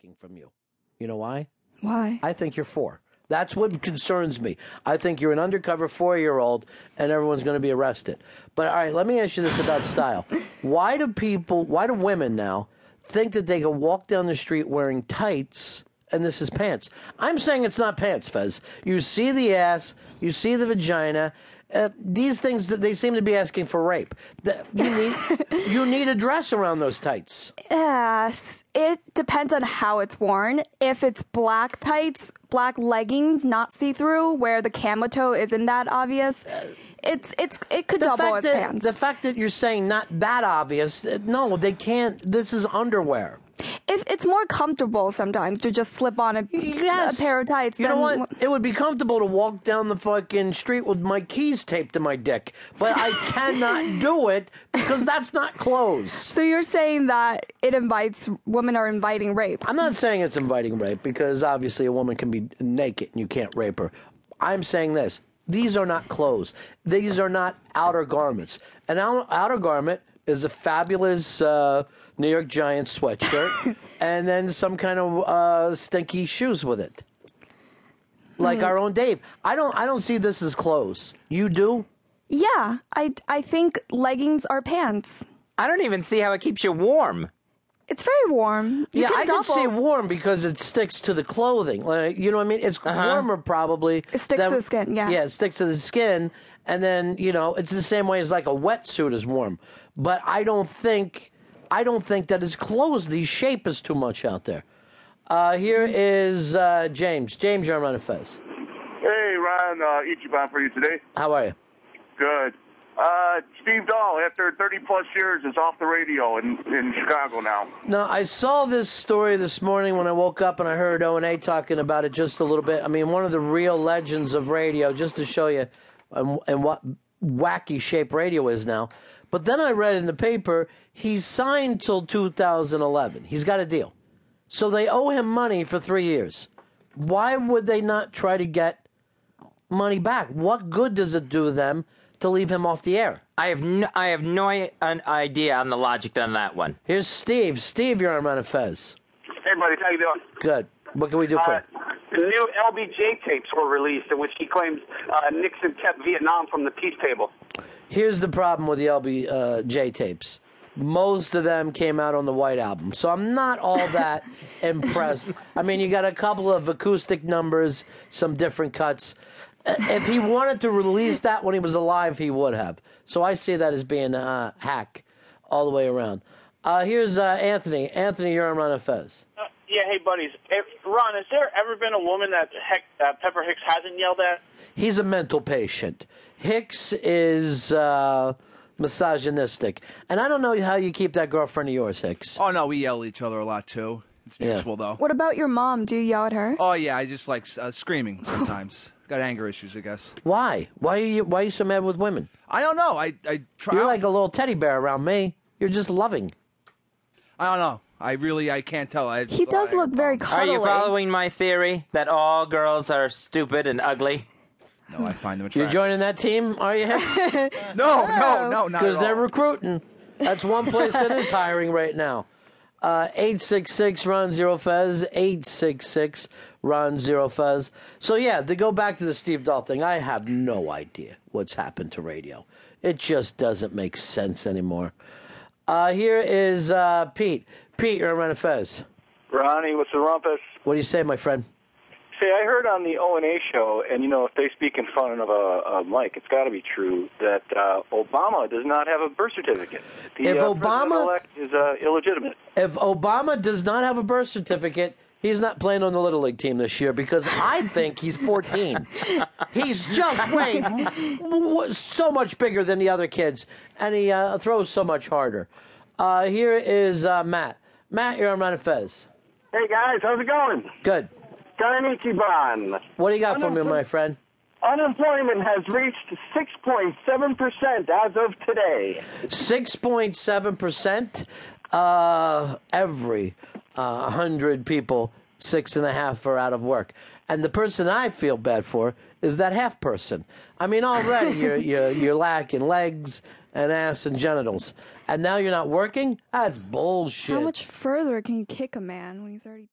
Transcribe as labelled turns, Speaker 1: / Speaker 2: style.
Speaker 1: taking from you. You know why?
Speaker 2: Why?
Speaker 1: I think you're four. That's what concerns me. I think you're an undercover four year old and everyone's going to be arrested. But all right, let me ask you this about style. Why do people, why do women now think that they can walk down the street wearing tights and this is pants? I'm saying it's not pants, Fez. You see the ass, you see the vagina. Uh, these things that they seem to be asking for rape. Th- You need, you need a dress around those tights.
Speaker 2: Yes. It depends on how it's worn. If it's black tights, black leggings, not see-through, where the camo toe isn't that obvious, it's it's it could double as
Speaker 1: that,
Speaker 2: pants.
Speaker 1: The fact that you're saying not that obvious, uh, no, they can't. This is underwear.
Speaker 2: if it's more comfortable sometimes to just slip on a,
Speaker 1: Yes.
Speaker 2: a pair of tights.
Speaker 1: You know
Speaker 2: than-
Speaker 1: what? It would be comfortable to walk down the fucking street with my keys taped to my dick, but I cannot do it because that's not clothes.
Speaker 2: So you're saying that it invites women are inviting rape.
Speaker 1: I'm not saying it's inviting rape because obviously a woman can be naked and you can't rape her. I'm saying this. These are not clothes. These are not outer garments. An ou- outer garment is a fabulous uh, New York Giants sweatshirt and then some kind of uh, stinky shoes with it. Like our own Dave. I don't I don't see this as clothes. You do?
Speaker 2: Yeah, I I think leggings are pants.
Speaker 3: I don't even see how it keeps you warm.
Speaker 2: It's very warm. You
Speaker 1: yeah,
Speaker 2: can
Speaker 1: I can
Speaker 2: double.
Speaker 1: say warm because it sticks to the clothing. Like, you know what I mean? It's warmer probably.
Speaker 2: Uh-huh. It sticks to the skin, yeah.
Speaker 1: Yeah, it sticks to the skin. And then, you know, it's the same way as like a wetsuit is warm. But I don't think I don't think that it's clothes. The shape is too much out there. Uh, here
Speaker 2: Mm-hmm.
Speaker 1: is uh, James. James, you're on Run Fez.
Speaker 4: Hey, Ron, uh, Ichiban for you today.
Speaker 1: How are you?
Speaker 4: Good. Uh, Steve Dahl, after 30 plus years, is off the radio in, in Chicago now.
Speaker 1: No, I saw this story this morning when I woke up and I heard O and A talking about it just a little bit. I mean, one of the real legends of radio, just to show you um, and what wacky shape radio is now. But then I read in the paper he's signed till 2011. He's got a deal, so they owe him money for three years. Why would they not try to get money back? What good does it do them to leave him off the air?
Speaker 3: I have no, I have no i- an idea on the logic on that one.
Speaker 1: Here's Steve. Steve, you're on Manifest.
Speaker 4: Hey, buddy, how you doing?
Speaker 1: Good. What can we do for you?
Speaker 5: Uh, the new LBJ tapes were released in which he claims uh, Nixon kept Vietnam from the peace table.
Speaker 1: here's the problem with the LBJ uh, J tapes. Most of them came out on the White Album, so I'm not all that impressed. I mean, you got a couple of acoustic numbers, some different cuts. Uh, If he wanted to release that when he was alive, he would have. So I see that as being a hack all the way around. Uh, here's uh, Anthony. Anthony, you're on Run of Fez.
Speaker 6: Uh, yeah, hey buddies. If, Ron, has there ever been a woman that Heck, uh, Pepper Hicks hasn't yelled at?
Speaker 1: he's a mental patient. Hicks is uh, misogynistic, and I don't know how you keep that girlfriend of yours, Hicks.
Speaker 7: Oh no, we yell at each other a lot too. It's
Speaker 1: Yeah.
Speaker 7: mutual though.
Speaker 2: What about your mom? Do you yell at her?
Speaker 7: Oh yeah, I just like uh, screaming sometimes. Got anger issues, I guess.
Speaker 1: Why? Why are you? Why are you so mad with women?
Speaker 7: I don't know. I I try.
Speaker 1: You're like a little teddy bear around me. You're just loving.
Speaker 7: I don't know. I really I can't tell. I,
Speaker 2: He does
Speaker 7: I-
Speaker 2: look very
Speaker 3: Are
Speaker 2: cuddly.
Speaker 3: you following my theory that all girls are stupid and ugly?
Speaker 7: No, I find them
Speaker 1: You're
Speaker 7: attractive.
Speaker 1: joining that team, are you, Hicks?
Speaker 7: no, no, no, not
Speaker 1: Because
Speaker 7: at
Speaker 1: they're
Speaker 7: all.
Speaker 1: recruiting. That's one place that is hiring right now. Uh, 866 Ron Zero Fez. 866 Ron Zero Fez. So, yeah, to go back to the Steve Dahl thing, I have no idea what's happened to radio. It just doesn't make sense anymore. Uh, here is uh, Pete. Pete, you're on Ron and Fez.
Speaker 8: Ronnie, what's the rumpus?
Speaker 1: What do you say, my friend?
Speaker 8: Say, I heard on the O and A show, and you know, if they speak in front of a, a mic, it's got to be true that uh, Obama does not have a birth certificate. The
Speaker 1: If
Speaker 8: uh,
Speaker 1: Obama-
Speaker 8: elect is uh, illegitimate.
Speaker 1: if Obama does not have a birth certificate, he's not playing on the Little League team this year because I think he's 14. he's just way w- w- so much bigger than the other kids, and he uh, throws so much harder. Uh, here is uh, Matt. Matt, you're on Run and Fez.
Speaker 5: Hey guys, how's it going?
Speaker 1: Good.
Speaker 5: Don Ichiban.
Speaker 1: What do you got for me, my friend?
Speaker 5: Unemployment has reached 6.7% as of today.
Speaker 1: 6.7%. Uh, every uh, 100 people, six and a half are out of work. And the person I feel bad for is that half person. I mean, already you're, you're, you're lacking legs and ass and genitals. And now you're not working? That's bullshit.
Speaker 2: How much further can you kick a man when he's already?